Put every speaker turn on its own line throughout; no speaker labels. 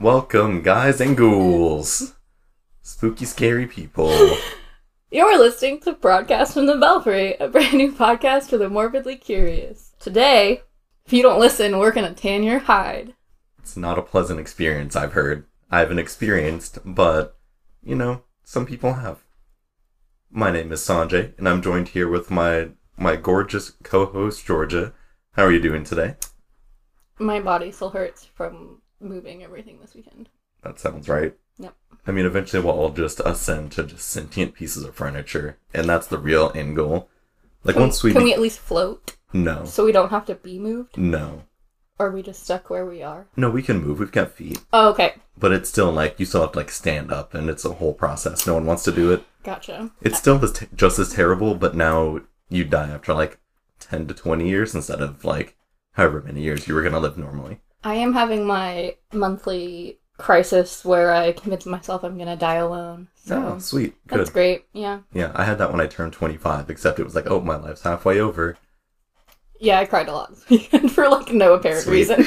Welcome, guys and ghouls. Spooky, scary people.
You're listening to Broadcast from the Belfry, a brand new podcast for the morbidly curious. Today, if you don't listen, we're gonna tan your hide.
It's not a pleasant experience, I've heard. I haven't experienced, but, you know, some people have. My name is Sanjay, and I'm joined here with my my gorgeous co-host Georgia. How are you doing today?
My body still hurts from moving everything this weekend.
That sounds right.
Yep.
I mean, eventually we'll all just ascend to just sentient pieces of furniture, and that's the real end goal. Like
Can-
once we,
can
be- Oh.
we at least float
no,
so we don't have to be moved?
no,
Or are we just stuck where we are?
no, we can move. We've got feet,
Oh, okay,
but it's still like you still have to like stand up, and it's a whole process. No one wants to do it.
gotcha.
It's still as t- just as terrible, but now you die after like ten to twenty years instead of like however many years you were gonna live normally.
I am having my monthly crisis where I convince myself I'm gonna die alone. So
oh, sweet, good.
that's great. Yeah,
Yeah, I had that when I turned 25, except it was like, oh, my life's halfway over.
yeah, I cried a lot this weekend for like no apparent
Sweet.
reason.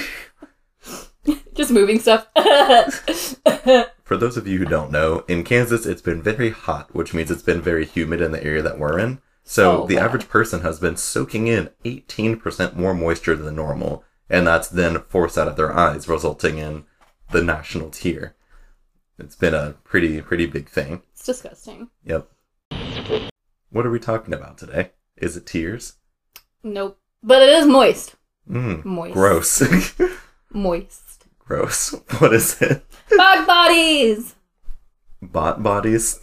just moving stuff.
For those of you who don't know, in Kansas, it's been very hot, which means it's been very humid in the area that we're in. So
Oh,
the
wow.
average person has been soaking in 18% more moisture than normal, and that's then forced out of their eyes, resulting in the national tear. It's been a pretty, pretty big thing.
it's disgusting.
Yep. What are we talking about today? Is it tears?
Nope. But it is moist.
Mm,
Moist.
gross.
Moist.
gross. What is it?
Bad bodies!
Bot bodies?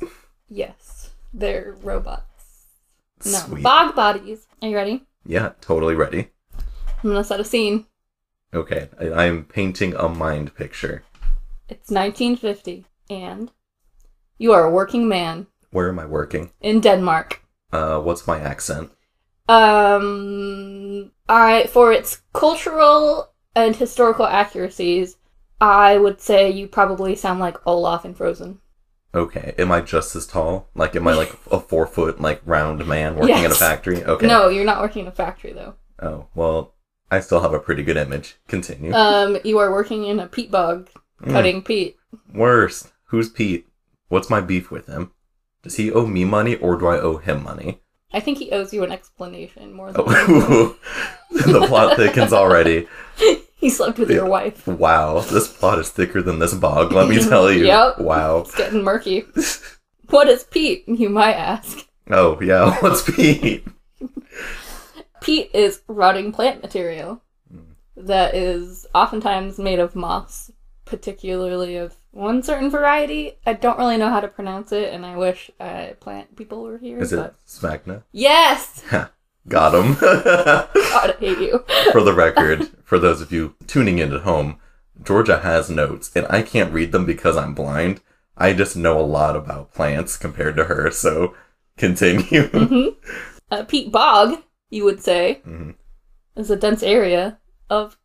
Yes. They're robots. No.
Sweet.
Bog bodies. Are you ready?
yeah, totally ready.
I'm gonna set a scene.
Okay, I- I'm painting a mind picture.
It's 1950, and you are a working man
Where am I working?
in Denmark.
Uh, what's my accent?
Um, I for its cultural and historical accuracies, I would say you probably sound like Olaf in Frozen.
Okay, am I just as tall? Like, am I like a four foot, like, round man working in a
Yes.
factory? Okay.
No, you're not working in a factory though.
Oh, well, I still have a pretty good image. Continue.
Um, you are working in a peat bog,
Mm,
cutting peat.
worst. Who's Pete? What's my beef with him? Does he owe me money or do I owe him money?
I think he owes you an explanation more than
Oh, the plot thickens already.
he slept with your wife.
Wow, this plot is thicker than this bog, let me tell you.
Yep.
Wow.
It's getting murky. what is Pete? You might ask.
Oh, yeah, what's Pete?
Peat is rotting plant material
Hmm.
that is oftentimes made of moss, particularly of one certain variety. I don't really know how to pronounce it, and I wish uh, plant people were here.
Is
but...
it Smagna?
Yes!
Got him.
God, I hate you.
for the record, for those of you tuning in at home, Georgia has notes, and I can't read them because I'm blind. I just know a lot about plants compared to her, so continue.
hmm Uh, peat bog, you would say,
Mhm.
is a dense area of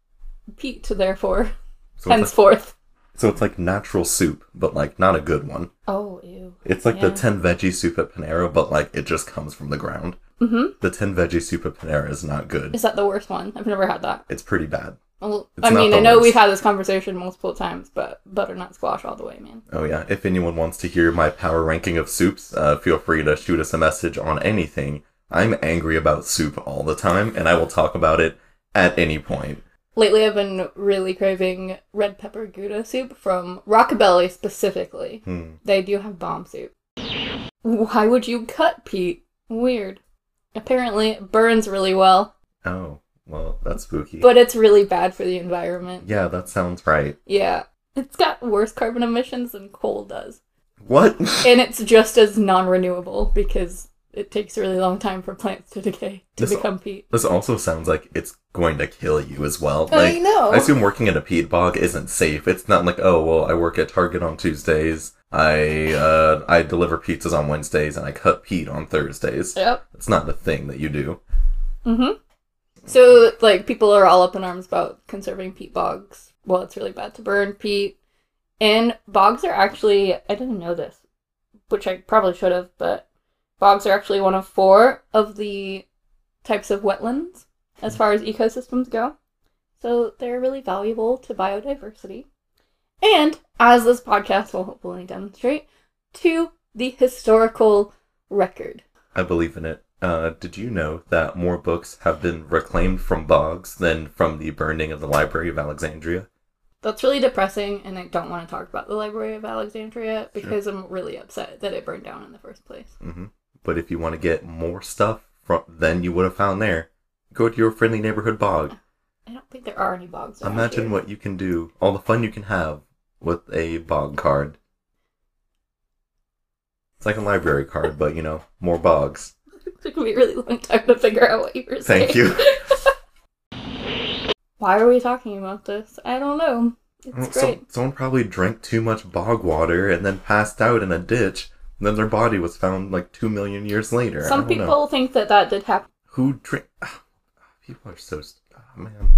peat, therefore,
So, it's like,
henceforth.
so it's like natural soup, but like not a good one.
Oh, ew.
It's like the
Yeah.
10 veggie soup at Panera, but like it just comes from the ground.
hmm
The 10 veggie soup at Panera is not good.
Is that the worst one? I've never had that.
It's pretty bad.
Well,
It's
I
not
mean,
the
I know
worst.
we've had this conversation multiple times, but butternut squash all the way, man.
Oh yeah, if anyone wants to hear my power ranking of soups, uh, feel free to shoot us a message on anything. I'm angry about soup all the time, and I will talk about it at any point.
Lately, I've been really craving red pepper gouda soup from Rockabilly specifically.
Hmm.
They do have bomb soup. Why would you cut Pete? Weird. Apparently, it burns really well,
Oh, well, that's spooky.
but it's really bad for the environment.
yeah, that sounds right.
Yeah. It's got worse carbon emissions than coal does.
What?
And it's just as non renewable because it takes a really long time for plants to decay to
This-
become peat.
this also sounds like it's going to kill you as well.
I
Like,
know.
I assume working in a peat bog isn't safe. It's not like, oh, well, I work at Target on Tuesdays. I uh, I deliver pizzas on Wednesdays and I cut peat on Thursdays.
Yep.
It's not a thing that you do.
Mm-hmm. So, like, people are all up in arms about conserving peat bogs. Well, it's really bad to burn peat. And bogs are actually, I didn't know this, which I probably should have, but bogs are actually one of four of the types of wetlands as far as ecosystems go. So, they're really valuable to biodiversity. and as this podcast will hopefully demonstrate, to the historical record.
I believe in it. Uh, did you know that more books have been reclaimed from bogs than from the burning of the Library of Alexandria?
That's really depressing, and I don't want to talk about the Library of Alexandria because I'm really upset that it burned down in the first place.
hmm But if you want to get more stuff from than you would have found there, go to your friendly neighborhood bog.
I don't think there are any bogs. around
Imagine
here.
what you can do, all the fun you can have with a bog card. It's like a library card, but you know, more bogs.
It took me a really long time to figure out what you were saying.
Thank you.
Why are we talking about this? I don't know.
Well,
It's
so-
great.
someone probably drank too much bog water and then passed out in a ditch. And then their body was found like two million years later. I
Some
don't
people
know.
think that that did happen.
who drink. People are so st- oh, man.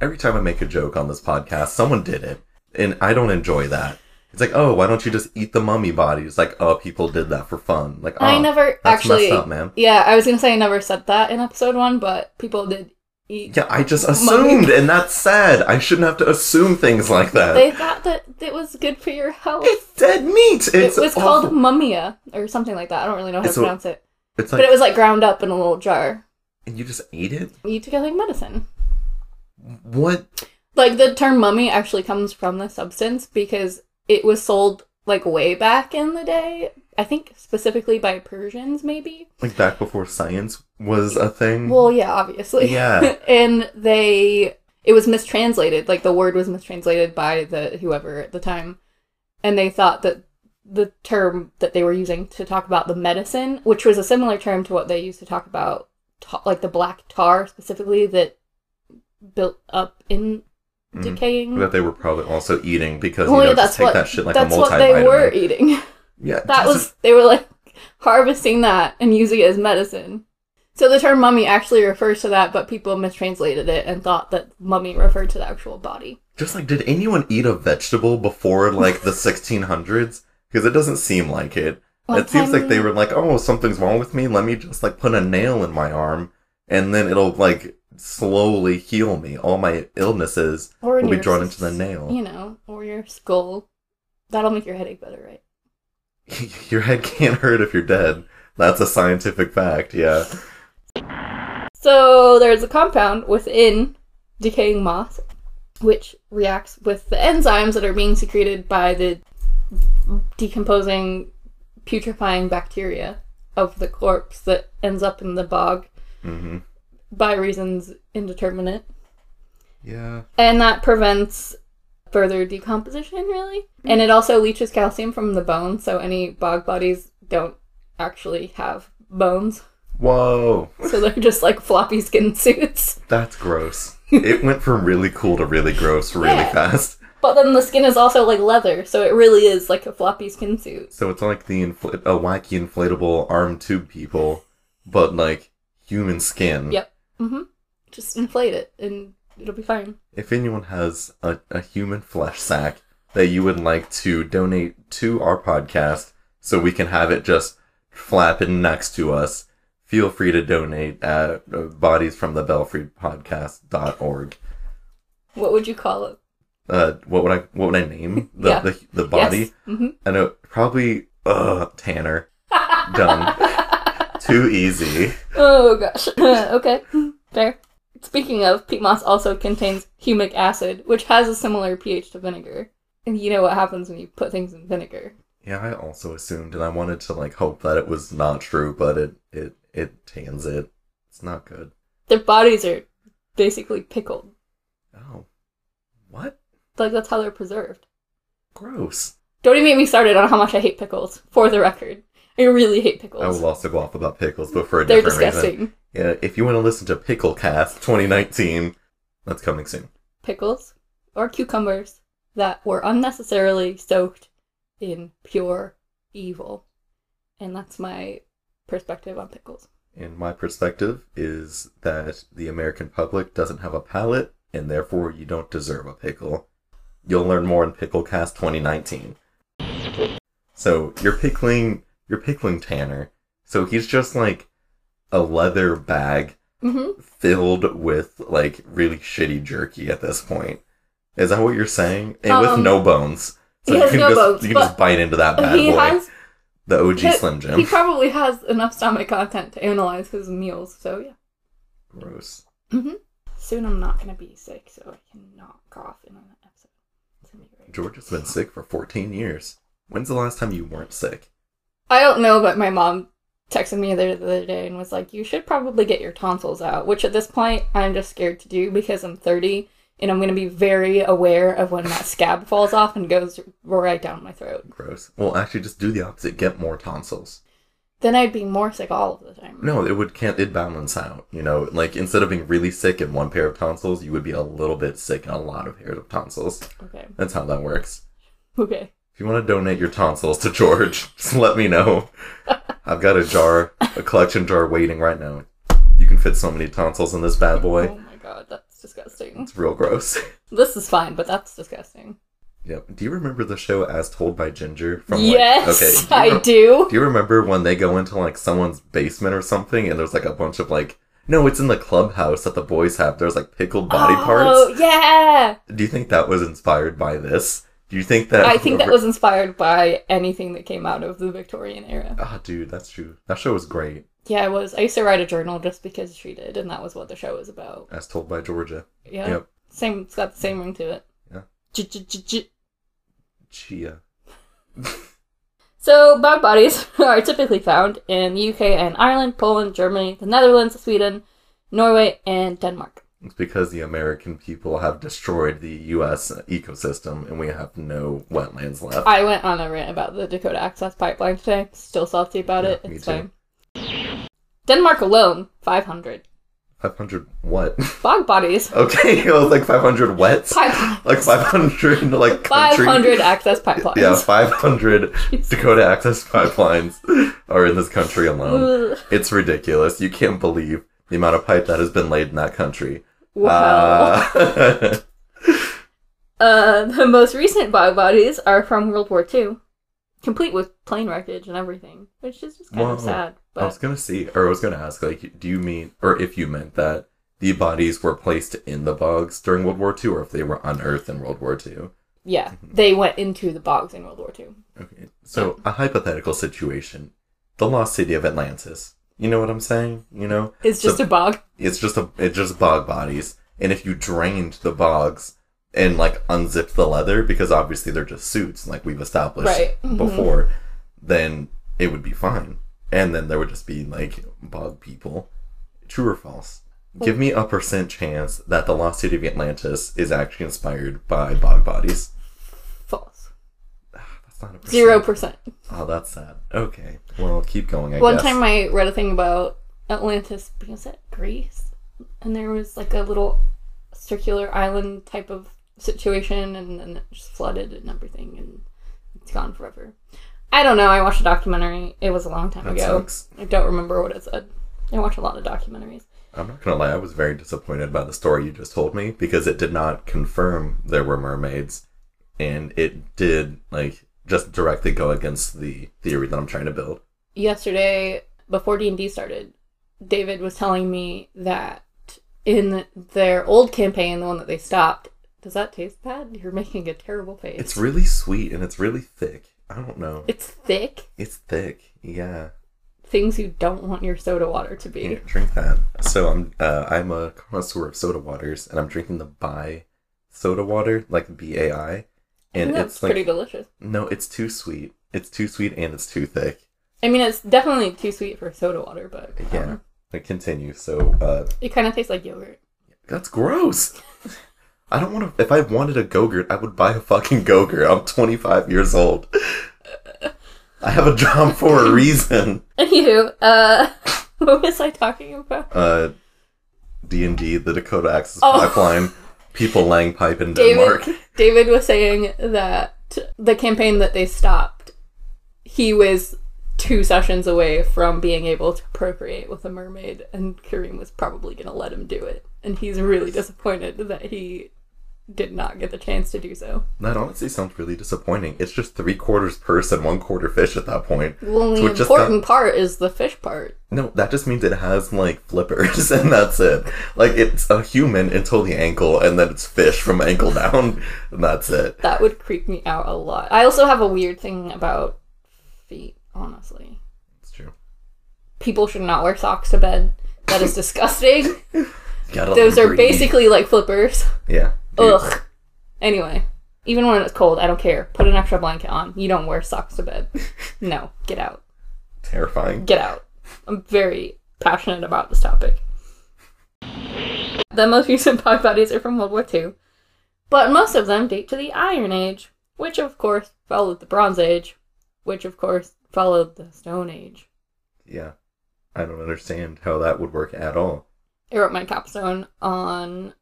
Every time I make a joke on this podcast, someone did it, and I don't enjoy that. It's like, oh, why don't you just eat the mummy body? It's like, oh, people did that for fun. Like, oh,
I never
that's
actually.
messed up, man.
Yeah, I was gonna say I never said that in episode one, but people did eat.
Yeah, I just
Mummy.
assumed, and that's sad. I shouldn't have to assume things like that.
They thought that it was good for your health.
it's dead meat. It's
it was
awful.
called mummia or something like that. I don't really know how
It's a-
to pronounce it,
It's
but
like,
it was like ground up in a little jar.
and you just ate it.
You took it like medicine.
What?
Like the term mummy actually comes from the substance because it was sold like way back in the day. I think specifically by Persians, maybe.
Like back before science was a thing.
Well, yeah, obviously.
Yeah.
and they it was mistranslated, like the word was mistranslated by the whoever at the time. And they thought that the term that they were using to talk about the medicine, which was a similar term to what they used to talk about ta- like the black tar specifically that built up in
Mhm.
decaying.
that they were probably also eating because you
Well,
know,
yeah,
just
that's
take
what-
that shit like
That's
a multivitamin.
what they were eating.
Yeah,
That
just-
was they were like harvesting that and using it as medicine. So the term mummy actually refers to that, but people mistranslated it and thought that mummy referred to the actual body.
Just like, did anyone eat a vegetable before like the 1600s? Because it doesn't seem like it.
One
it seems like
time-
they were like, oh, something's wrong with me. Let me just like put a nail in my arm, and then it'll like slowly heal me. All my illnesses
or in
will be
your
drawn
s-
into the nail.
You know, or your skull. That'll make your headache better, right?
Your head can't hurt if you're dead. That's a scientific fact. Yeah.
So there's a compound within decaying moss, which reacts with the enzymes that are being secreted by the decomposing, putrefying bacteria of the corpse that ends up in the bog
hmm
by reasons indeterminate.
Yeah.
And that prevents further decomposition, really. And it also leaches calcium from the bone, so any bog bodies don't actually have bones.
Whoa.
So they're just like floppy skin suits.
That's gross. it went from really cool to really gross really
Yeah.
fast.
But then the skin is also like leather, so it really is like a floppy skin suit.
So it's like the infl- a wacky inflatable arm tube people, but like human skin.
Yep. hmm Just inflate it and it'll be fine.
If anyone has a, a human flesh sack that you would like to donate to our podcast so we can have it just flapping next to us, feel free to donate at uh, bodiesfromthebelfrypodcast.org.
What would you call it?
Uh, what would I what would I name the
Yeah.
the, the body?
hmm
I know probably uh Tanner. Done. Too easy.
Oh gosh. okay. Fair. Speaking of, peat moss also contains humic acid, which has a similar pH to vinegar. And you know what happens when you put things in vinegar.
Yeah, I also assumed and I wanted to like hope that it was not true, but it it it tans it. It's not good.
Their bodies are basically pickled.
Oh. What?
Like that's how they're preserved.
Gross.
Don't even get me started on how much I hate pickles, for the record. I really hate
I
pickles.
will also go off about pickles, but for a
They're
different reason.
disgusting.
Yeah, if you want to listen to Picklecast 2019, that's coming soon.
Pickles or cucumbers that were unnecessarily soaked in pure evil. And that's my perspective on pickles.
And my perspective is that the American public doesn't have a palate, and therefore you don't deserve a pickle. You'll learn more in Picklecast 2019. So you're pickling, you're pickling Tanner. So he's just like a leather bag
Mm-hmm.
filled with like really shitty jerky at this point. Is that what you're saying? And with
Um,
no bones.
he has
you can,
no
just,
bones,
you can
but-
just bite into that bad
he
boy.
has
the OG
he-
Slim Jim.
he probably has enough stomach content to analyze his meals. So yeah, Mm-hmm.
Gross.
soon I'm not gonna be sick, so I cannot cough in an episode. It's gonna be great.
George has been sick for 14 years. When's the last time you weren't sick?
I don't know, but my mom texted me the the other day and was like, "You should probably get your tonsils out," which at this point I'm just scared to do because I'm 30 and I'm gonna be very aware of when that scab falls off and goes right down my throat.
Gross. Well, actually, just do the opposite. Get more tonsils.
Then I'd be more sick all of the time.
No, it would can't it balance out. You know, like instead of being really sick in one pair of tonsils, you would be a little bit sick in a lot of pairs of tonsils.
Okay.
That's how that works.
Okay.
If you want to donate your tonsils to George, just let me know. I've got a jar, a collection jar waiting right now. You can fit so many tonsils in this bad boy.
Oh my god, that's disgusting.
It's real gross.
This is fine, but that's disgusting.
Yep. Do you remember the show As Told by Ginger? From like-
yes,
okay. Do you
I do.
Do you remember when they go into like someone's basement or something and there's like a bunch of like no, it's in the clubhouse that the boys have. There's like pickled body
Oh,
parts.
yeah.
Do you think that was inspired by this? Do you think that
I think that was inspired by anything that came out of the Victorian era.
Ah, dude, that's true. That show was great,
Yeah, it was. I used to write a journal just because she did, and that was what the show was about.
as told by Georgia.
Yeah.
Yep.
Same. It's got the same ring to it.
Yeah.
J-j-j-j-
Chia.
So, bug bodies are typically found in the UK and Ireland, Poland, Germany, the Netherlands, Sweden, Norway, and Denmark.
It's because the American people have destroyed the U.S. ecosystem and we have no wetlands left.
I went on a rant about the Dakota Access Pipeline today. Still salty about it.
Yeah, me
It's
too.
fine. Denmark alone, 500.
Five hundred what?
Bog bodies,
okay, it was like five hundred wets.
pipeline,
Like five hundred like country.
500 access pipelines.
Yeah, 500 Dakota Access pipelines are in this country alone.
Ugh.
It's ridiculous. You can't believe the amount of pipe that has been laid in that country.
Wow.
Uh,
Uh, the most recent bog bodies are from World War II, complete with plane wreckage and everything, which is just kind of
Whoa. Oh.
sad.
I was
But
gonna see, or I was gonna ask, like, do you mean, or if you meant that the bodies were placed in the bogs during World War II, or if they were unearthed in World War II?
yeah,
Mm-hmm.
they went into the bogs in World War II.
Okay, so a hypothetical situation: the lost city of Atlantis. You know what I'm saying? You know,
It's just a bog.
it's just a it's just bog bodies and if you drained the bogs and like unzipped the leather because obviously they're just suits like we've established
Right, mhm.
before then it would be fine and then there would just be like bog people true or false give me a percent chance that the lost city of atlantis is actually inspired by bog bodies
False.
that's not a percent.
Zero percent.
oh that's sad okay well keep going i
One
guess
time I read a thing about Atlantis, was that Greece? And there was like a little circular island type of situation, and then it just flooded and everything, and it's gone forever. I don't know. I watched a documentary. It was a long time
That
ago.
sucks.
I don't remember what it said. I watch a lot of documentaries.
I'm not gonna lie, I was very disappointed by the story you just told me because it did not confirm there were mermaids, and it did like just directly go against the theory that I'm trying to build.
Yesterday, before D and D started, David was telling me that in their old campaign, the one that they stopped. Does that taste bad? You're making a terrible face.
It's really sweet and it's really thick. I don't know.
It's thick.
It's thick. Yeah.
Things you don't want your soda water to be.
Yeah, drink that. So I'm uh, I'm a connoisseur of soda waters, and I'm drinking the Bai soda water, like B A I, and
And that's
it's like
pretty delicious.
no, it's too sweet. It's too sweet and it's too thick.
I mean, it's definitely too sweet for soda water, but um,
Yeah. Like continue. So uh,
it kind of tastes like yogurt.
That's gross. I don't want to. If I wanted a Gogurt, I would buy a fucking Gogurt. I'm 25 years old. I have a job for a reason.
Anywho, uh, what was I talking about?
Uh, D and D, the Dakota Access
Oh.
Pipeline, people laying pipe in Denmark.
David, David was saying that the campaign that they stopped, he was two sessions away from being able to procreate with a mermaid, and Kareem was probably going to let him do it. And he's really disappointed that he did not get the chance to do so.
That honestly sounds really disappointing. It's just three quarters purse and one quarter fish at that point.
Well,
So
the
it just
important part is the fish part.
No, that just means it has like flippers and that's it. Like it's a human until the ankle and then it's fish from ankle down and that's it.
That would creep me out a lot. I also have a weird thing about feet, honestly.
It's true.
People should not wear socks to bed. That is disgusting.
You gotta let
Those
them
are
breathe.
basically like flippers.
Yeah. dude.
Ugh. Anyway, even when it's cold, I don't care. Put an extra blanket on. You don't wear socks to bed. No, get out.
Terrifying.
Get out. I'm very passionate about this topic. The most recent bog bodies are from World War II, but most of them date to the Iron Age, which of course followed the Bronze Age, which of course followed the Stone Age.
Yeah. I don't understand how that would work at all.
I wrote my capstone on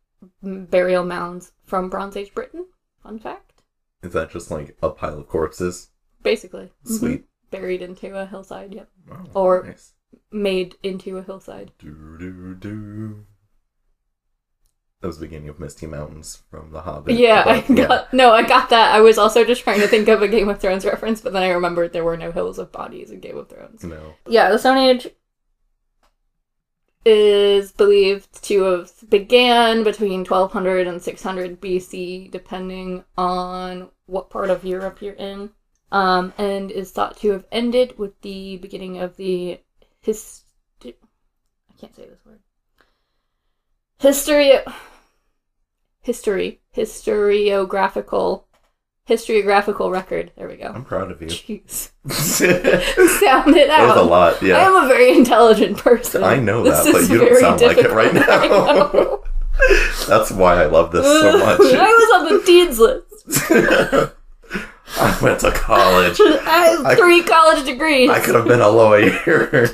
burial mounds from Bronze Age Britain. Fun fact.
Is that just like a pile of corpses?
Basically. Mhm.
Sweet.
Buried into a hillside, yep.
Wow,
Or-
nice.
Made into a hillside.
Do, do, do. That was the beginning of Misty Mountains from The Hobbit.
yeah, I
but,
got no, I got that. I was also just trying to think of a Game of Thrones reference, but then I remembered there were no hills of bodies in Game of Thrones.
No.
Yeah, the Stone Age is believed to have began between 1200 and 600 BC, depending on what part of Europe you're in, um, and is thought to have ended with the beginning of the hist. I can't say this word. History. History. Historiographical. Historiographical record. There we go.
I'm proud of you.
Jeez.
that
Sound it out.
was a lot,
I
yeah.
am a very intelligent person.
I know
This
that, but
is
you don't
very
sound like it right
difficult. I
now.
know.
That's why I love this so
I
much.
was on the dean's list.
I went to college.
I have
I-
three college degrees.
I could have been a lawyer.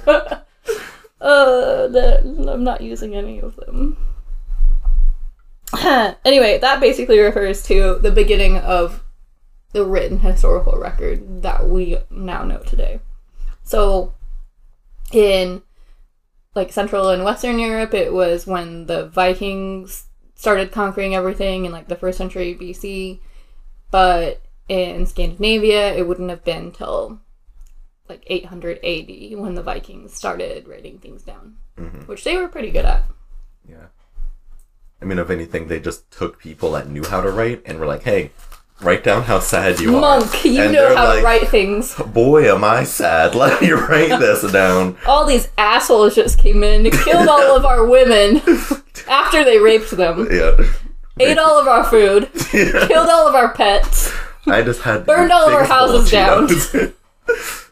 uh, that, I'm not using any of them. anyway, that basically refers to the beginning of the written historical record that we now know today. So, in like Central and Western Europe, it was when the Vikings started conquering everything in like the first century BC. But in Scandinavia, it wouldn't have been till like 800 AD when the Vikings started writing things down,
Mhm.
which they were pretty good at.
Yeah. I mean, if anything, they just took people that knew how to write and were like, hey, write down how sad you are.
Monk, you
And
know
they're
how
like,
to write things.
Boy, am I sad. Let me write this down.
All these assholes just came in and killed all of our women after they raped them,
Yeah.
ate all of our food, killed all of our pets.
I just had
Burned all of our
biggest bowl
houses down.
Cheetos.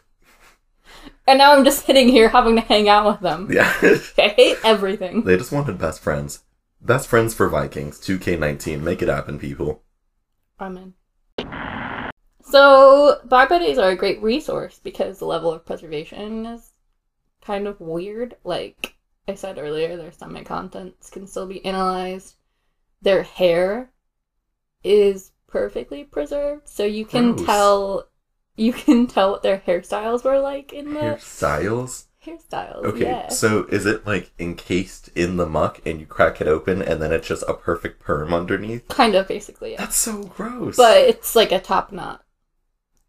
And now I'm just sitting here having to hang out with them.
yeah.
I hate everything.
They just wanted best friends. Best friends for Vikings, 2K19. Make it happen, people.
I'm in. So, bog buddies are a great resource because the level of preservation is kind of weird. Like I said earlier, their stomach contents can still be analyzed. Their hair is perfectly preserved, so you can
Gross.
tell you can tell what their hairstyles were like in the
Hairstyles?
hairstyles.
Okay,
yeah.
so is it like encased in the muck and you crack it open and then it's just a perfect perm underneath?
kind of basically, yeah.
That's so gross.
But it's like a top knot.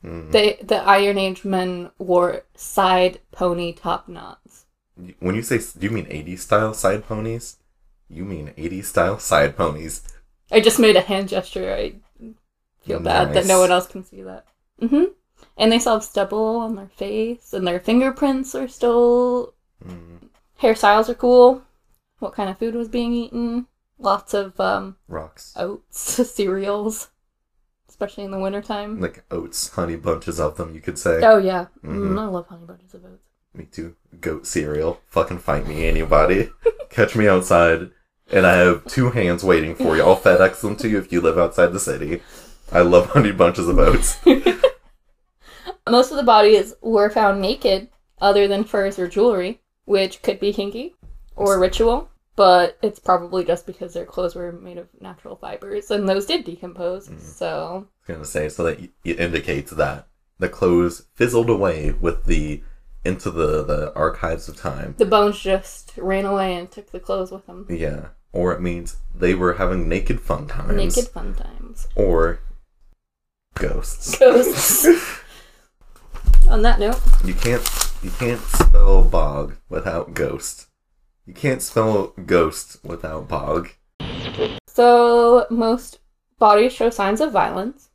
Mm.
They the Iron Age men wore side pony top knots.
When you say, do you mean 80s style side ponies? You mean 80s style side ponies.
I just made a hand gesture. I feel bad that no
Nice.
one else can see that. hmm And they still have stubble on their face, and their fingerprints are still.
Mm.
Hairstyles are cool. What kind of food was being eaten? Lots of um,
Rocks.
oats, cereals, especially in the wintertime.
Like oats, honey bunches of them, you could say.
Oh, yeah.
Mhm.
Mm, I love honey bunches of oats.
Me too. Goat cereal. Fucking fight me, anybody. Catch me outside, and I have two hands waiting for you. I'll FedEx them to you if you live outside the city. I love honey bunches of oats.
Most of the bodies were found naked, other than furs or jewelry, which could be kinky or ritual, but it's probably just because their clothes were made of natural fibers and those did decompose.
Mhm.
So,
I was gonna say so that y- it indicates that the clothes fizzled away with the into the, the archives of time.
The bones just ran away and took the clothes with them.
Yeah. Or it means they were having naked fun times.
Naked fun times.
Or ghosts.
Ghosts. On that note,
You can't you can't spell bog without ghost. You can't spell ghost without bog.
so most bodies show signs of violence.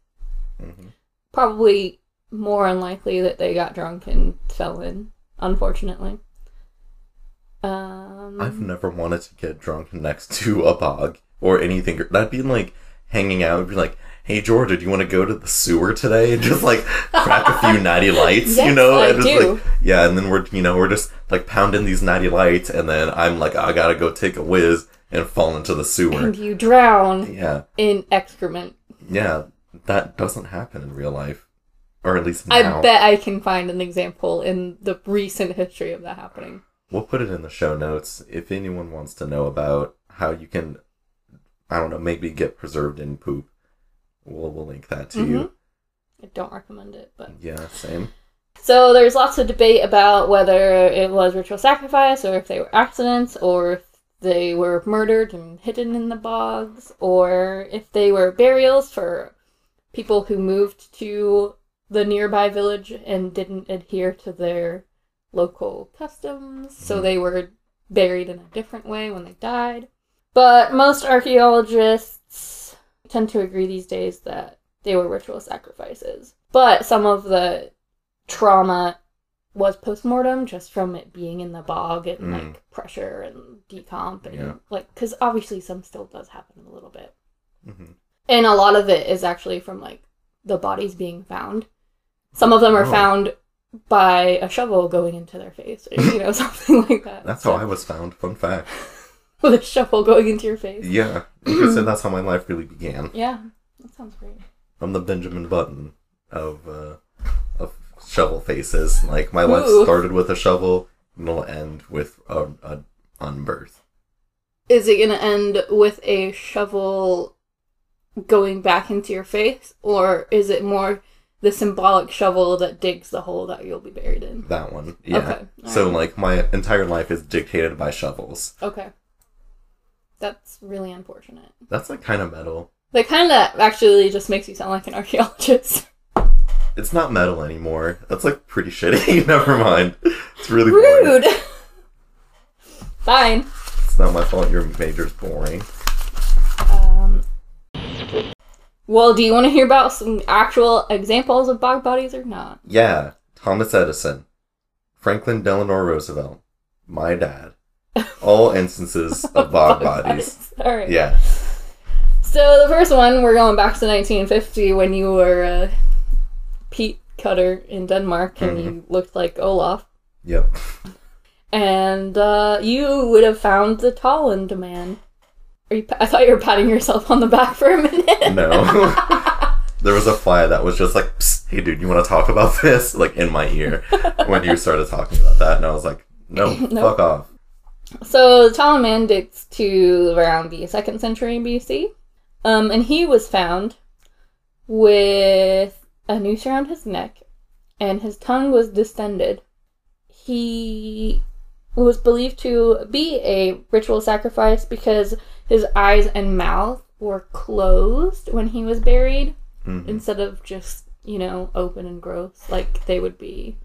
hmm
Probably more unlikely that they got drunk and fell in, unfortunately. Um,
I've never wanted to get drunk next to a bog or anything. That'd be like hanging out and be like, "Hey Georgia, do you want to go to the sewer today?" And just like crack a few natty lights, you
Yes,
know?
I
and just
do.
like yeah, and then we're you know we're just like pounding these natty lights, and then I'm like, I gotta go take a whiz and fall into the sewer.
and you drown
yeah,
in excrement.
yeah, that doesn't happen in real life, or at least now.
I bet I can find an example in the recent history of that happening.
We'll put it in the show notes if anyone wants to know about how you can, I don't know, maybe get preserved in poop. We'll, we'll link that to you.
Mm-hmm. I don't recommend it, but
Yeah, same.
So there's lots of debate about whether it was ritual sacrifice or if they were accidents or if they were murdered and hidden in the bogs or if they were burials for people who moved to the nearby village and didn't adhere to their local customs. So they were buried in a different way when they died. But most archaeologists tend to agree these days that they were ritual sacrifices. But some of the trauma was postmortem just from it being in the bog and
Mm.
like pressure and decomp and
Yeah.
like because obviously some still does happen a little bit
hmm
and a lot of it is actually from like the bodies being found some of them are
Oh.
found by a shovel going into their face or, you know something like that
That's how I was found. Fun fact.
with a shovel going into your face
Yeah, you could say that's how my life really began.
yeah that sounds great
I'm the Benjamin Button of uh, of shovel faces. Like my life
Ooh.
started with a shovel and it'll end with a, a unbirth.
is it gonna end with a shovel going back into your face or is it more the symbolic shovel that digs the hole that you'll be buried in
That one. Yeah.
Okay,
So
alright.
like my entire life is dictated by shovels.
okay that's really unfortunate
That's like kind of metal.
That kind of actually just makes you sound like an archaeologist.
It's not metal anymore. That's like pretty shitty. Never mind. It's really boring.
Rude! Fine.
It's not my fault your major's boring.
Um, well, do you want to hear about some actual examples of bog bodies or not?
Yeah. Thomas Edison, Franklin Delano Roosevelt, my dad. All instances of bog bodies.
Alright.
Yeah.
So the first one, we're going back to 1950 when you were a peat cutter in Denmark and you looked like Olaf.
Yep.
And uh, you would have found the Tolland man. Are you, I thought you were patting yourself on the back for a minute.
No. there was a fly that was just like, Psst, hey dude, you want to talk about this? Like in my ear when you started talking about that. And I was like, no,
No.
fuck off.
So the Ptolemy man dates to around the second century BC, um, and he was found with a noose around his neck, and his tongue was distended. He was believed to be a ritual sacrifice because his eyes and mouth were closed when he was buried,
Mhm.
instead of just you know open and gross like they would be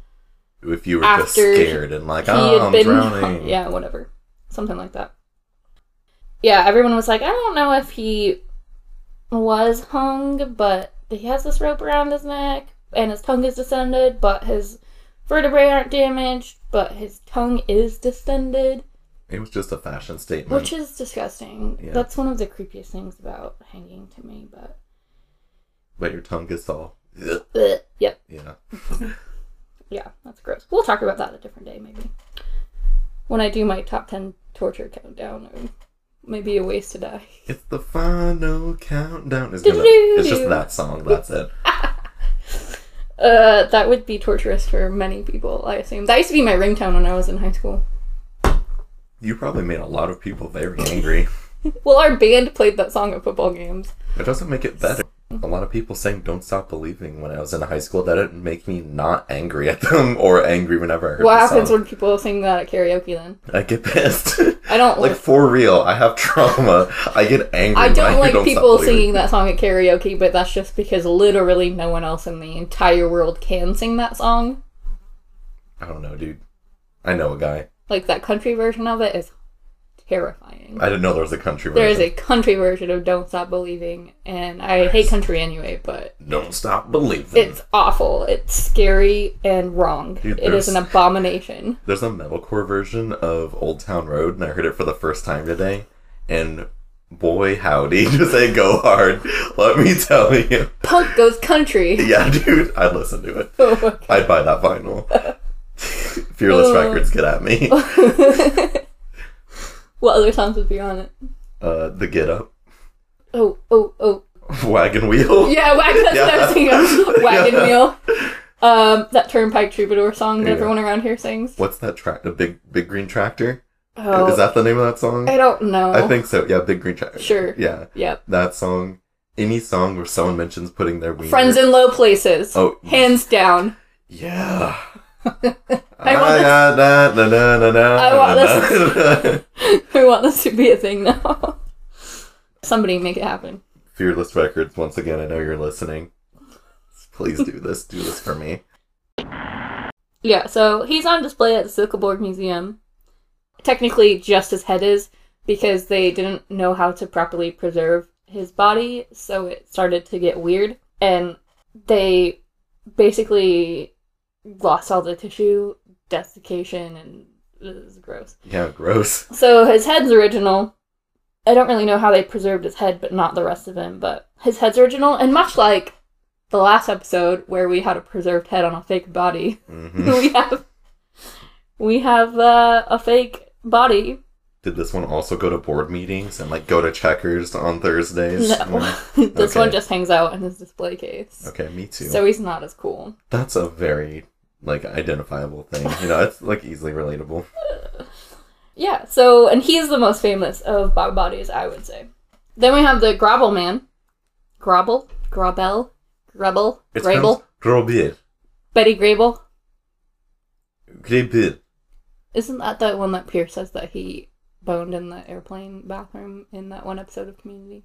If you were just
After
scared and like,
he
oh,
had
I'm
been
drowning.
yeah whatever something like that yeah everyone was like i don't know if he was hung but he has this rope around his neck and his tongue is distended but his vertebrae aren't damaged but his tongue is distended
It was just a fashion statement.
which is disgusting
Hmm. Yeah.
that's one of the creepiest things about hanging to me but
but your tongue is all. Ugh.
Blech. yep
Yeah.
yeah, that's gross. We'll talk about that a different day, maybe. When I do my top 10 torture countdown, or maybe a ways to die.
It's the final countdown. It's, gonna,
Do-do-do-do.
it's just that song. That's it.
Uh, that would be torturous for many people, I assume. That used to be my ringtone when I was in high school.
You probably made a lot of people very angry.
Well, our band played that song at football games.
It doesn't make it better. a lot of people saying "Don't Stop Believing" when I was in high school. That didn't make me not angry at them or angry whenever I heard.
What
the
happens
song.
when people sing that at karaoke then?
I get pissed?
I don't
like
like,
for real, I have trauma. I get angry.
I
when
don't
hear
like
Don't Stop
people
Believing."
singing that song at karaoke, but that's just because literally no one else in the entire world can sing that song.
I don't know, dude. I know a guy.
Like that country version of it is terrifying.
I didn't know there was a country.
There is
version.
a country version of Don't Stop Believing, and I hate country anyway, but
Don't stop believing.
it's awful. It's scary and wrong.
Dude,
it is
there's-
an abomination.
There's a metalcore version of Old Town Road, and I heard it for the first time today. And boy, howdy, just say go hard. Let me tell you.
Punk goes country.
Yeah, dude, I'd listen to it.
Oh my
I'd buy that vinyl. Fearless
Oh.
Records, get at me.
what other songs would be on it?
Uh, the Get Up,
Oh, oh, oh.
Wagon Wheel.
Yeah, wagon, that's what I was thinking of. Wagon
Yeah.
wheel. Um, that Turnpike Troubadour song that
Yeah.
everyone around here sings.
What's that track? The big, big green tractor.
Oh,
Is that the name of that song?
I don't know.
I think so. Yeah, big green tractor.
Sure.
Yeah,
Yep.
that song. Any song where someone mentions putting their wiener.
Friends in Low Places.
Oh,
Hands down.
Yeah. Ah,
I want I want I want this to be a thing now. Somebody make it happen.
Fearless Records, once again, I know you're listening. Please do this. Do this for me.
Yeah, so he's on display at the Silkeborg Museum. Technically, just his head is, because they didn't know how to properly preserve his body, so it started to get weird. And they basically lost all the tissue, desiccation, and it was gross.
Yeah, gross.
So his head's original. I don't really know how they preserved his head, but not the rest of him. But his head's original, and much like the last episode where we had a preserved head on a fake body
hmm
we have we have uh, a fake body.
Did this one also go to board meetings and like go to checkers on Thursdays?
No, this
Okay.
one just hangs out in his display case,
Okay, me too.
so he's not as cool.
That's a very like identifiable thing. You know, it's like easily relatable.
Yeah. So, and he's the most famous of Bog bodies, I would say. Then we have the Grobble Man, Grobble, Grobel, Grubble,
It's
Grable,
pronounced Grobir.
Betty Grable.
Grobir.
Isn't that the one that Pierce says that he boned in the airplane bathroom in that one episode of Community?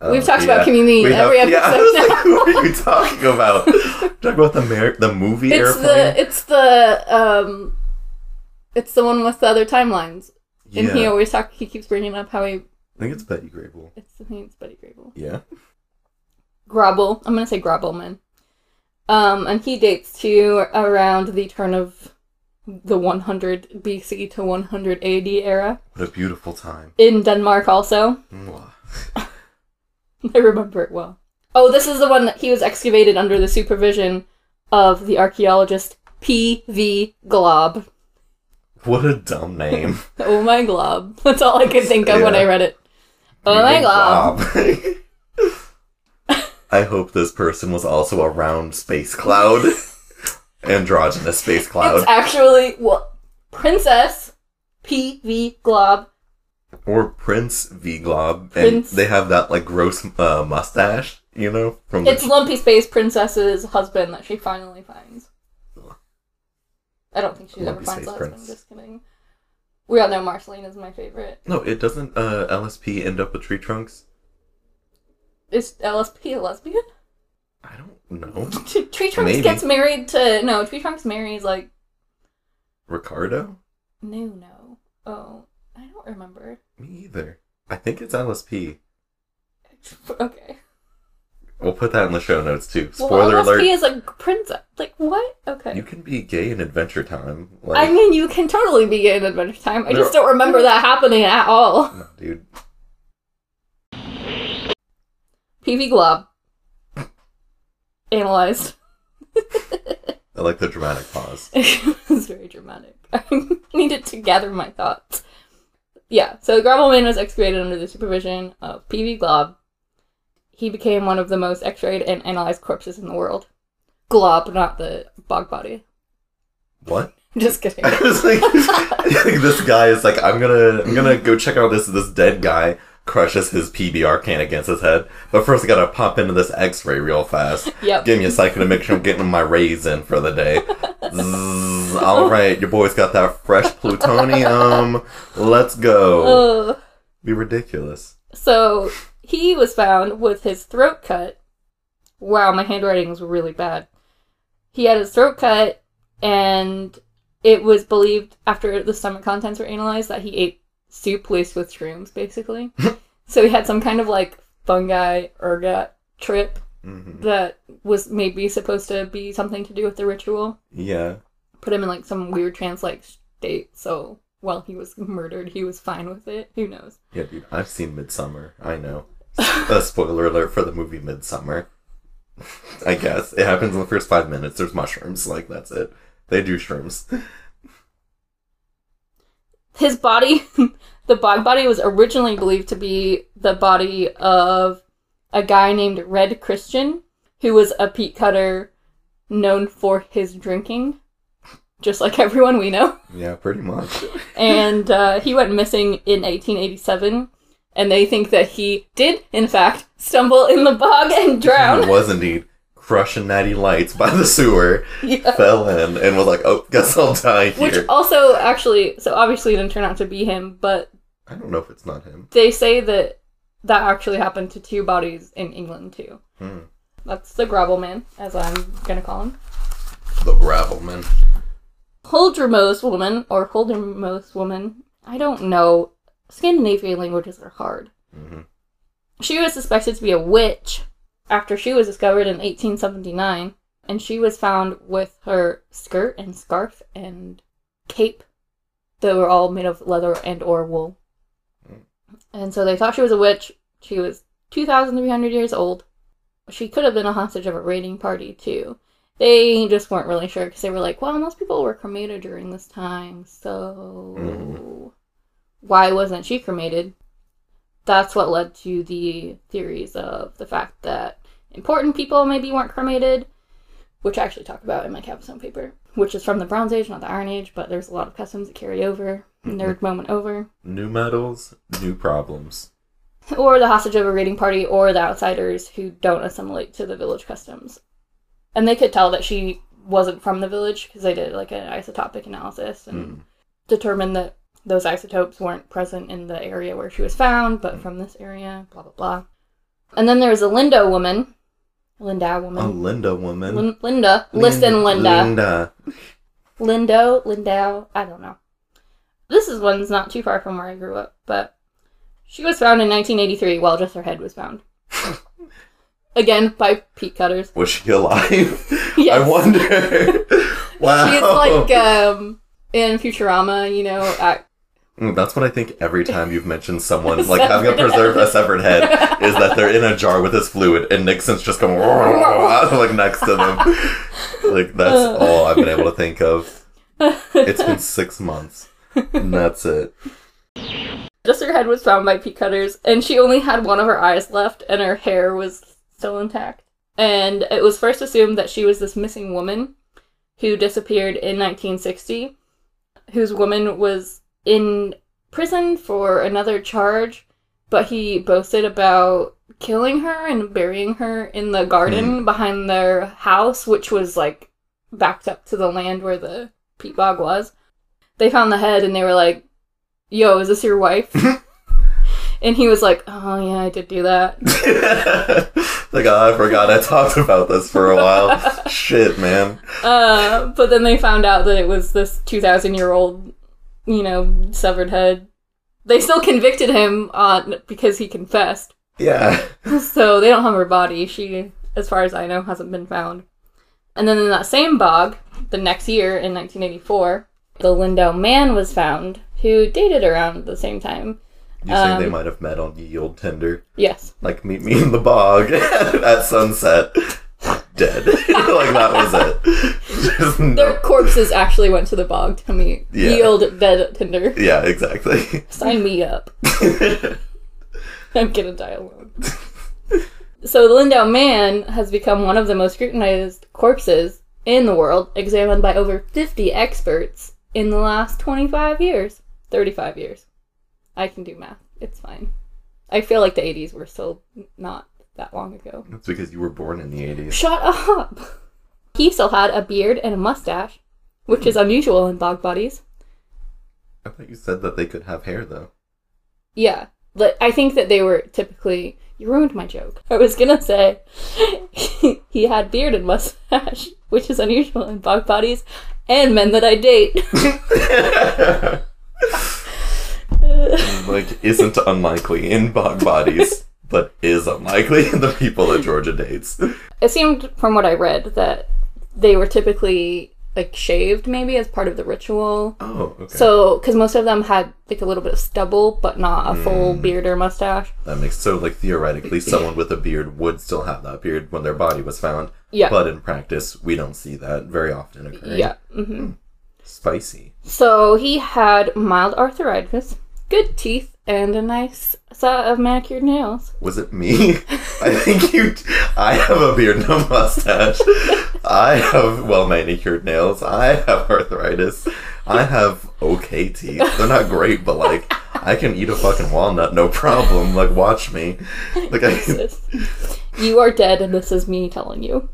We've
Oh,
talked
yeah.
about Community
We
every
have- yeah, I
episode.
was like, who are you talking about? Talk about the mer- the movie
It's
airplane.
the it's the um, it's the one with the other timelines, and he always talk. He keeps bringing up how he
I think it's Betty Grable.
it's I think it's Buddy Grable.
Yeah.
Grobble. I'm gonna say Grobbleman. Um, and he dates to around the turn of the 100 BC to 100 AD era
What a beautiful time.
in Denmark. Also,
Mwah.
I remember it well. Oh, this is the one that he was excavated under the supervision of the archaeologist P. V. Glob.
What a dumb name.
Oh my glob. That's all I could think of when
Yeah.
I read it. Oh my glob.
Glob. I hope this person was also a round space cloud. Androgynous space cloud.
It's actually well, Princess P V Glob.
or Prince V Glob. And
Prince.
they have that like gross uh, mustache, you know? From the
It's Lumpy Space Princess's husband that she finally finds. I don't think she ever
Lumpy
finds
Space
a husband.
Prince.
Just kidding. We all know Marceline is my favorite.
No, it doesn't uh, LSP end up with tree trunks.
Is LSP a lesbian?
I don't know.
T- Tree Trunks
Maybe.
gets married to no. Tree Trunks marries like
Ricardo?
no no. Oh, I don't remember.
Me either. I think it's LSP.
Okay.
We'll put that in the show notes too.
Well,
Spoiler
LSP
alert.
is like princess. Like what? Okay.
You can be gay in Adventure Time. Like,
I mean, you can totally be gay in Adventure Time. I
There-
just don't remember that happening at all.
no, dude.
PV Glob. Analyzed.
I like the dramatic pause.
it was very dramatic. I needed to gather my thoughts. Yeah, so Gravelman was excavated under the supervision of PV Glob. He became one of the most x rayed and analyzed corpses in the world. Glob, not the bog body.
What?
Just kidding.
I was like, this guy is like, I'm gonna, I'm gonna go check out this this dead guy. crushes his PBR can against his head. But first, I gotta pop into this x ray real fast.
Yep.
Give me a second to make sure I'm getting my rays in for the day. Zzz,
Oh.
all right, your boy's got that fresh plutonium. Let's go.
Ugh.
Be ridiculous.
So he was found with his throat cut. Wow, my handwriting was really bad. He had his throat cut, and it was believed after the stomach contents were analyzed that he ate soup laced with shrooms, basically. so he had some kind of like fungi ergot trip
hmm
that was maybe supposed to be something to do with the ritual.
Yeah.
Put him in like some weird trance like state, so while he was murdered, he was fine with it. Who knows?
Yeah, dude. I've seen Midsummer. I know. A spoiler alert for the movie Midsummer. I guess it happens in the first five minutes. There's mushrooms. Like that's it. They do shrooms.
his body, the bog body, was originally believed to be the body of a guy named Red Christian, who was a peat cutter known for his drinking, just like everyone we know.
Yeah, pretty much.
And uh, he went missing in 1887, and they think that he did, in fact, stumble in the bog and
It
drown.
was indeed crushing natty lights by the sewer.
Yeah.
fell in and was like, "Oh, guess I'll die here."
Which also actually, so obviously it didn't turn out to be him, but
I don't know if it's not him.
they say that that actually happened to two bodies in England too.
Hmm.
That's the Gravel Man, as I'm gonna call him.
The Gravelman.
Holdremos woman or Holdremos woman. I don't know. Scandinavian languages are hard.
Mhm.
She was suspected to be a witch after she was discovered in 1879, and she was found with her skirt and scarf and cape that were all made of leather and or wool. And so they thought she was a witch. She was 2,300 years old. She could have been a hostage of a raiding party too. They just weren't really sure because they were like, well, most people were cremated during this time, so
Mhm.
why wasn't she cremated? that's what led to the theories of the fact that important people maybe weren't cremated, which I actually talk about in my capstone paper, which is from the Bronze Age, not the Iron Age, but there's a lot of customs that carry over. Nerd moment over.
New metals, new problems.
Or the hostage of a raiding party, or the outsiders who don't assimilate to the village customs. And they could tell that she wasn't from the village because they did like an isotopic analysis and
Mm.
determined that those isotopes weren't present in the area where she was found, but from this area, blah blah blah. And then there was a Linda woman, Linda
A
woman,
Linda woman.
Lin- Linda. Listen, Linda,
Linda.
Lindo, Lindau. I don't know. This is one's not too far from where I grew up, but she was found in 1983, while just her head was found. Again by peat cutters.
Was she alive?
Yes.
I wonder. wow.
She's like um in Futurama, you know, at
Mm, That's what I think every time you've mentioned someone like having a preserve a severed head is that they're in a jar with this fluid and Nixon's just going like next to them. Like that's all I've been able to think of. It's been six months. And that's it.
Just her head was found by peat cutters, and she only had one of her eyes left, and her hair was still intact. And it was first assumed that she was this missing woman who disappeared in 1960, whose woman was in prison for another charge, but he boasted about killing her and burying her in the garden behind their house, which was like backed up to the land where the peat bog was. They found the head and they were like, Yo, is this your wife? and he was like, Oh, yeah, I did do that.
like oh, I forgot I talked about this for a while. Shit, man.
Uh, but then they found out that it was this 2,000 year old, you know, severed head. They still convicted him on because he confessed.
Yeah.
So they don't have her body. She, as far as I know, hasn't been found. And then in that same bog, the next year in 1984, the Lindau man was found who dated around the same time.
You think they
Um,
might have met on Yield Tinder?
Yes.
Like meet me in the bog at sunset. Dead. like that was it. Just
Their
no.
corpses actually went to the bog to meet.
Yeah.
Yield dead Tinder.
Yeah, exactly.
Sign me up. I'm gonna die alone. so the Lindau Man has become one of the most scrutinized corpses in the world, examined by over 50 experts in the last 25 years. 35 years. I can do math. It's fine. I feel like the 80s were still not that long ago.
That's because you were born in the 80s.
Shut up! He still had a beard and a mustache, which is unusual in bog bodies.
I thought you said that they could have hair, though.
Yeah, but I think that they were typically. You ruined my joke. I was gonna say he had beard and mustache, which is unusual in bog bodies and men that I date.
like, isn't unlikely in bog bodies, but is unlikely in the people that Georgia dates.
it seemed from what I read that they were typically like shaved maybe as part of the ritual.
Oh, okay.
So, because most of them had like a little bit of stubble, but not a full beard or mustache.
that makes so like theoretically, someone with a beard would still have that beard when their body was found.
Yeah.
But in practice, we don't see that very often occurring.
Yeah. hmm
Spicy.
So he had mild arthritis, good teeth, and a nice set of manicured nails.
Was it me? I think you. I have a beard and a mustache. I have well manicured nails. I have arthritis. I have okay teeth. They're not great, but like I can eat a fucking walnut, no problem. Like watch me. Like I can
Jesus. you are dead, and this is me telling you.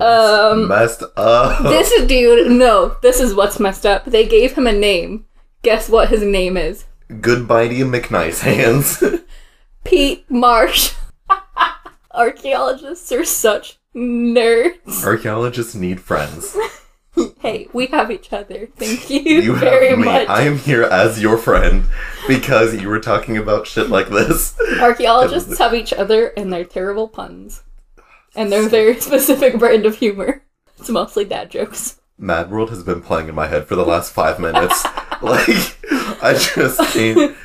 um, messed up.
This dude, no, this is what's messed up. They gave him a name. Guess what his name is?
Goodbye to you, McNice hands.
Pete Marsh. Archaeologists are such nerds.
Archaeologists need friends.
Hey, we have each other. Thank you,
You
very
have me.
much.
I am here as your friend because you were talking about shit like this.
Archaeologists have each other and they're terrible puns. And they're very specific brand of humor. It's mostly dad jokes.
Mad World has been playing in my head for the last five minutes. like, I just can't.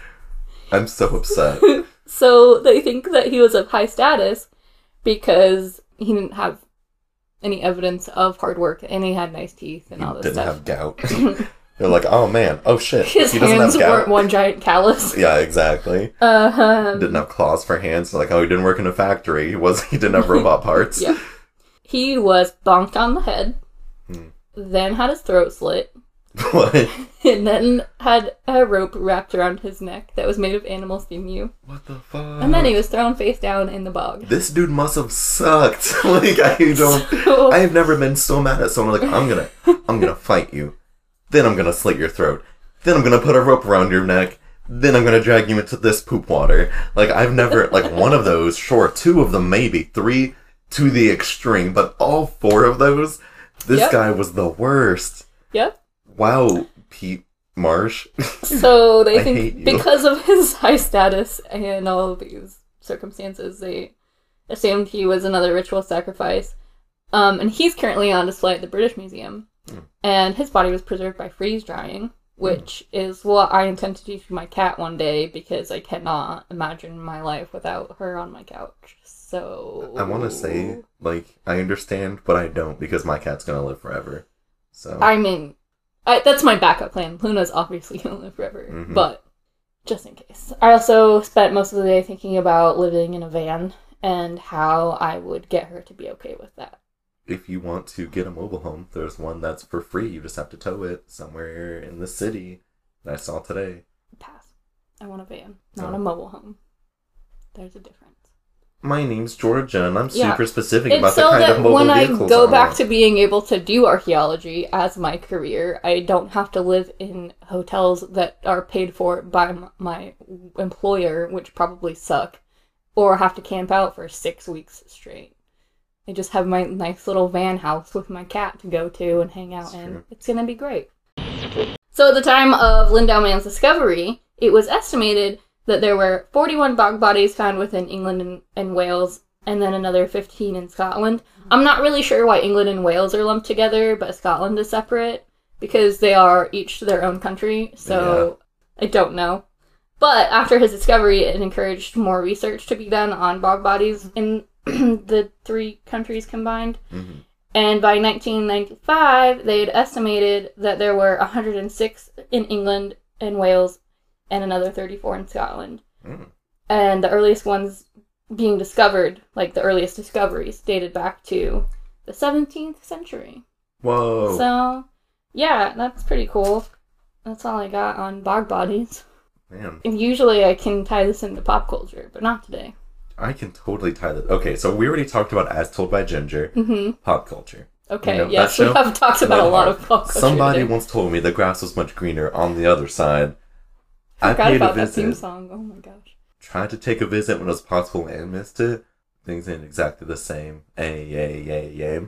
I'm so upset.
So they think that he was of high status because he didn't have any evidence of hard work and he had nice teeth and all this
Didn't
stuff.
have gout. They're like, oh man, oh shit.
His
he doesn't
hands
have gout.
weren't one giant callus.
yeah, exactly.
Uh-huh.
Didn't have claws for hands. Like, oh, he didn't work in a factory. He was he didn't have robot parts.
Yeah. He was bonked on the head,
Hmm.
then had his throat slit,
What?
and then had a rope wrapped around his neck that was made of animal sinew.
What the fuck?
And then he was thrown face down in the bog.
this dude must have sucked. like I don't.
So-
I have never been so mad at someone. Like I'm gonna, I'm gonna fight you. Then I'm gonna slit your throat. Then I'm gonna put a rope around your neck. Then I'm gonna drag you into this poop water. Like I've never, like one of those, sure, two of them, maybe three, to the extreme, but all four of those. This
Yep.
guy was the worst.
Yep.
Wow, Pete Marsh.
So they
I hate
think
you.
because of his high status and all of these circumstances, they assumed he was another ritual sacrifice. Um, and he's currently on display at the British Museum.
Hmm.
And his body was preserved by freeze drying, which is what I intend to do to my cat one day because I cannot imagine my life without her on my couch. So
I want to say, like, I understand, but I don't because my cat's gonna live forever. So
I mean, I, that's my backup plan. Luna's obviously going to live forever,
Mhm.
but just in case. I also spent most of the day thinking about living in a van and how I would get her to be okay with that.
if you want to get a mobile home, there's one that's for free. You just have to tow it somewhere in the city that I saw today.
Pass. I want a van, not
Oh.
a mobile home. There's a difference.
My name's Georgia, and I'm
Yeah.
super specific
It's
about the
so
kind of
that
mobile
when I
vehicles
go
I
back
want.
to being able to do archaeology as my career, I don't have to live in hotels that are paid for by m- my employer, which probably suck, or have to camp out for six weeks straight. I just have my nice little van house with my cat to go to and hang out
That's
in.
true.
It's gonna be great. So at the time of Lindau Man's discovery, it was estimated that there were 41 bog bodies found within England and, and Wales, and then another 15 in Scotland. I'm not really sure why England and Wales are lumped together, but Scotland is separate because they are each their own country. So I don't know. But after his discovery, it encouraged more research to be done on bog bodies in the three countries combined.
Mhm.
And by 1995, they had estimated that there were 106 in England and Wales and another 34 in Scotland.
Mm.
And the earliest ones being discovered, like the earliest discoveries, dated back to the 17th century.
Whoa!
So, yeah, that's pretty cool. That's all I got on bog bodies.
Man,
And usually I can tie this into pop culture, but not today.
I can totally tie that. Okay, so we already talked about As Told by Ginger,
hmm
pop culture.
Okay,
You know,
yes,
that
we
show-
have talked about a lot of pop culture.
Somebody
today.
once told me the grass was much greener on the other side. I
forgot
paid
about
a
that theme
visit,
song. Oh my gosh.
tried to take a visit when it was possible and missed it. Things ain't exactly the same. A yay yay yay.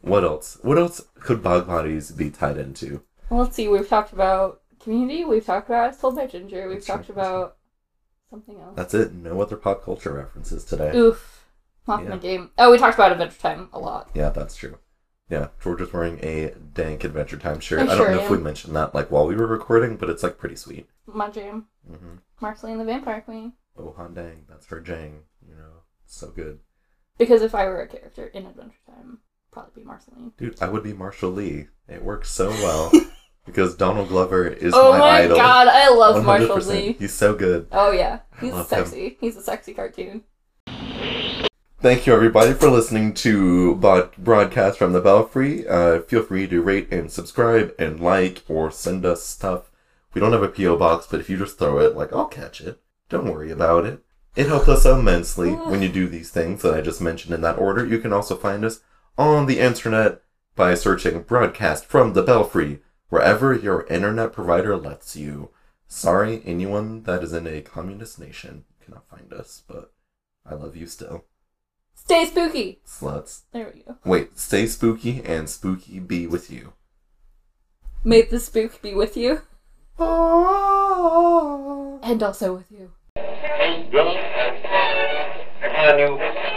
What else? What else could bog bodies be tied into?
Well, let's see. We've talked about community. We've talked about As Told by Ginger. We've
That's
talked
right.
about something else.
That's it. No other pop culture references today.
Oof. Not in
Yeah.
the game. Oh, we talked about Adventure Time a lot.
Yeah, that's true. Yeah, George is wearing a dank Adventure Time shirt.
I
I, don't
sure
know if
am.
we mentioned that like while we were recording, but it's like pretty sweet.
My jam.
Mm-hmm.
Marceline the Vampire Queen.
Oh, Han Dang, that's her Jang. You know, so good,
Because if I were a character in Adventure Time, probably be Marceline.
dude. I would be Marshall Lee. It works so well because Donald Glover is
oh
my,
my
idol.
god, I love
100%.
Marshall Lee.
He's so good.
Oh yeah,
I
he's
love him.
sexy. He's a sexy cartoon.
Thank you, everybody, for listening to Bod- Broadcast from the Belfry. Uh, feel free to rate and subscribe and like or send us stuff. We don't have a P.O. box, but if you just throw it, like, I'll catch it. Don't worry about it. It helps us immensely when you do these things that I just mentioned in that order. You can also find us on the internet by searching Broadcast from the Belfry, wherever your internet provider lets you. Sorry, anyone that is in a communist nation cannot find us, but I love you still
Stay spooky.
sluts.
There we go.
Wait, stay spooky and spooky be with you.
May the spook be with you, and also with you.
Johnny, I found you.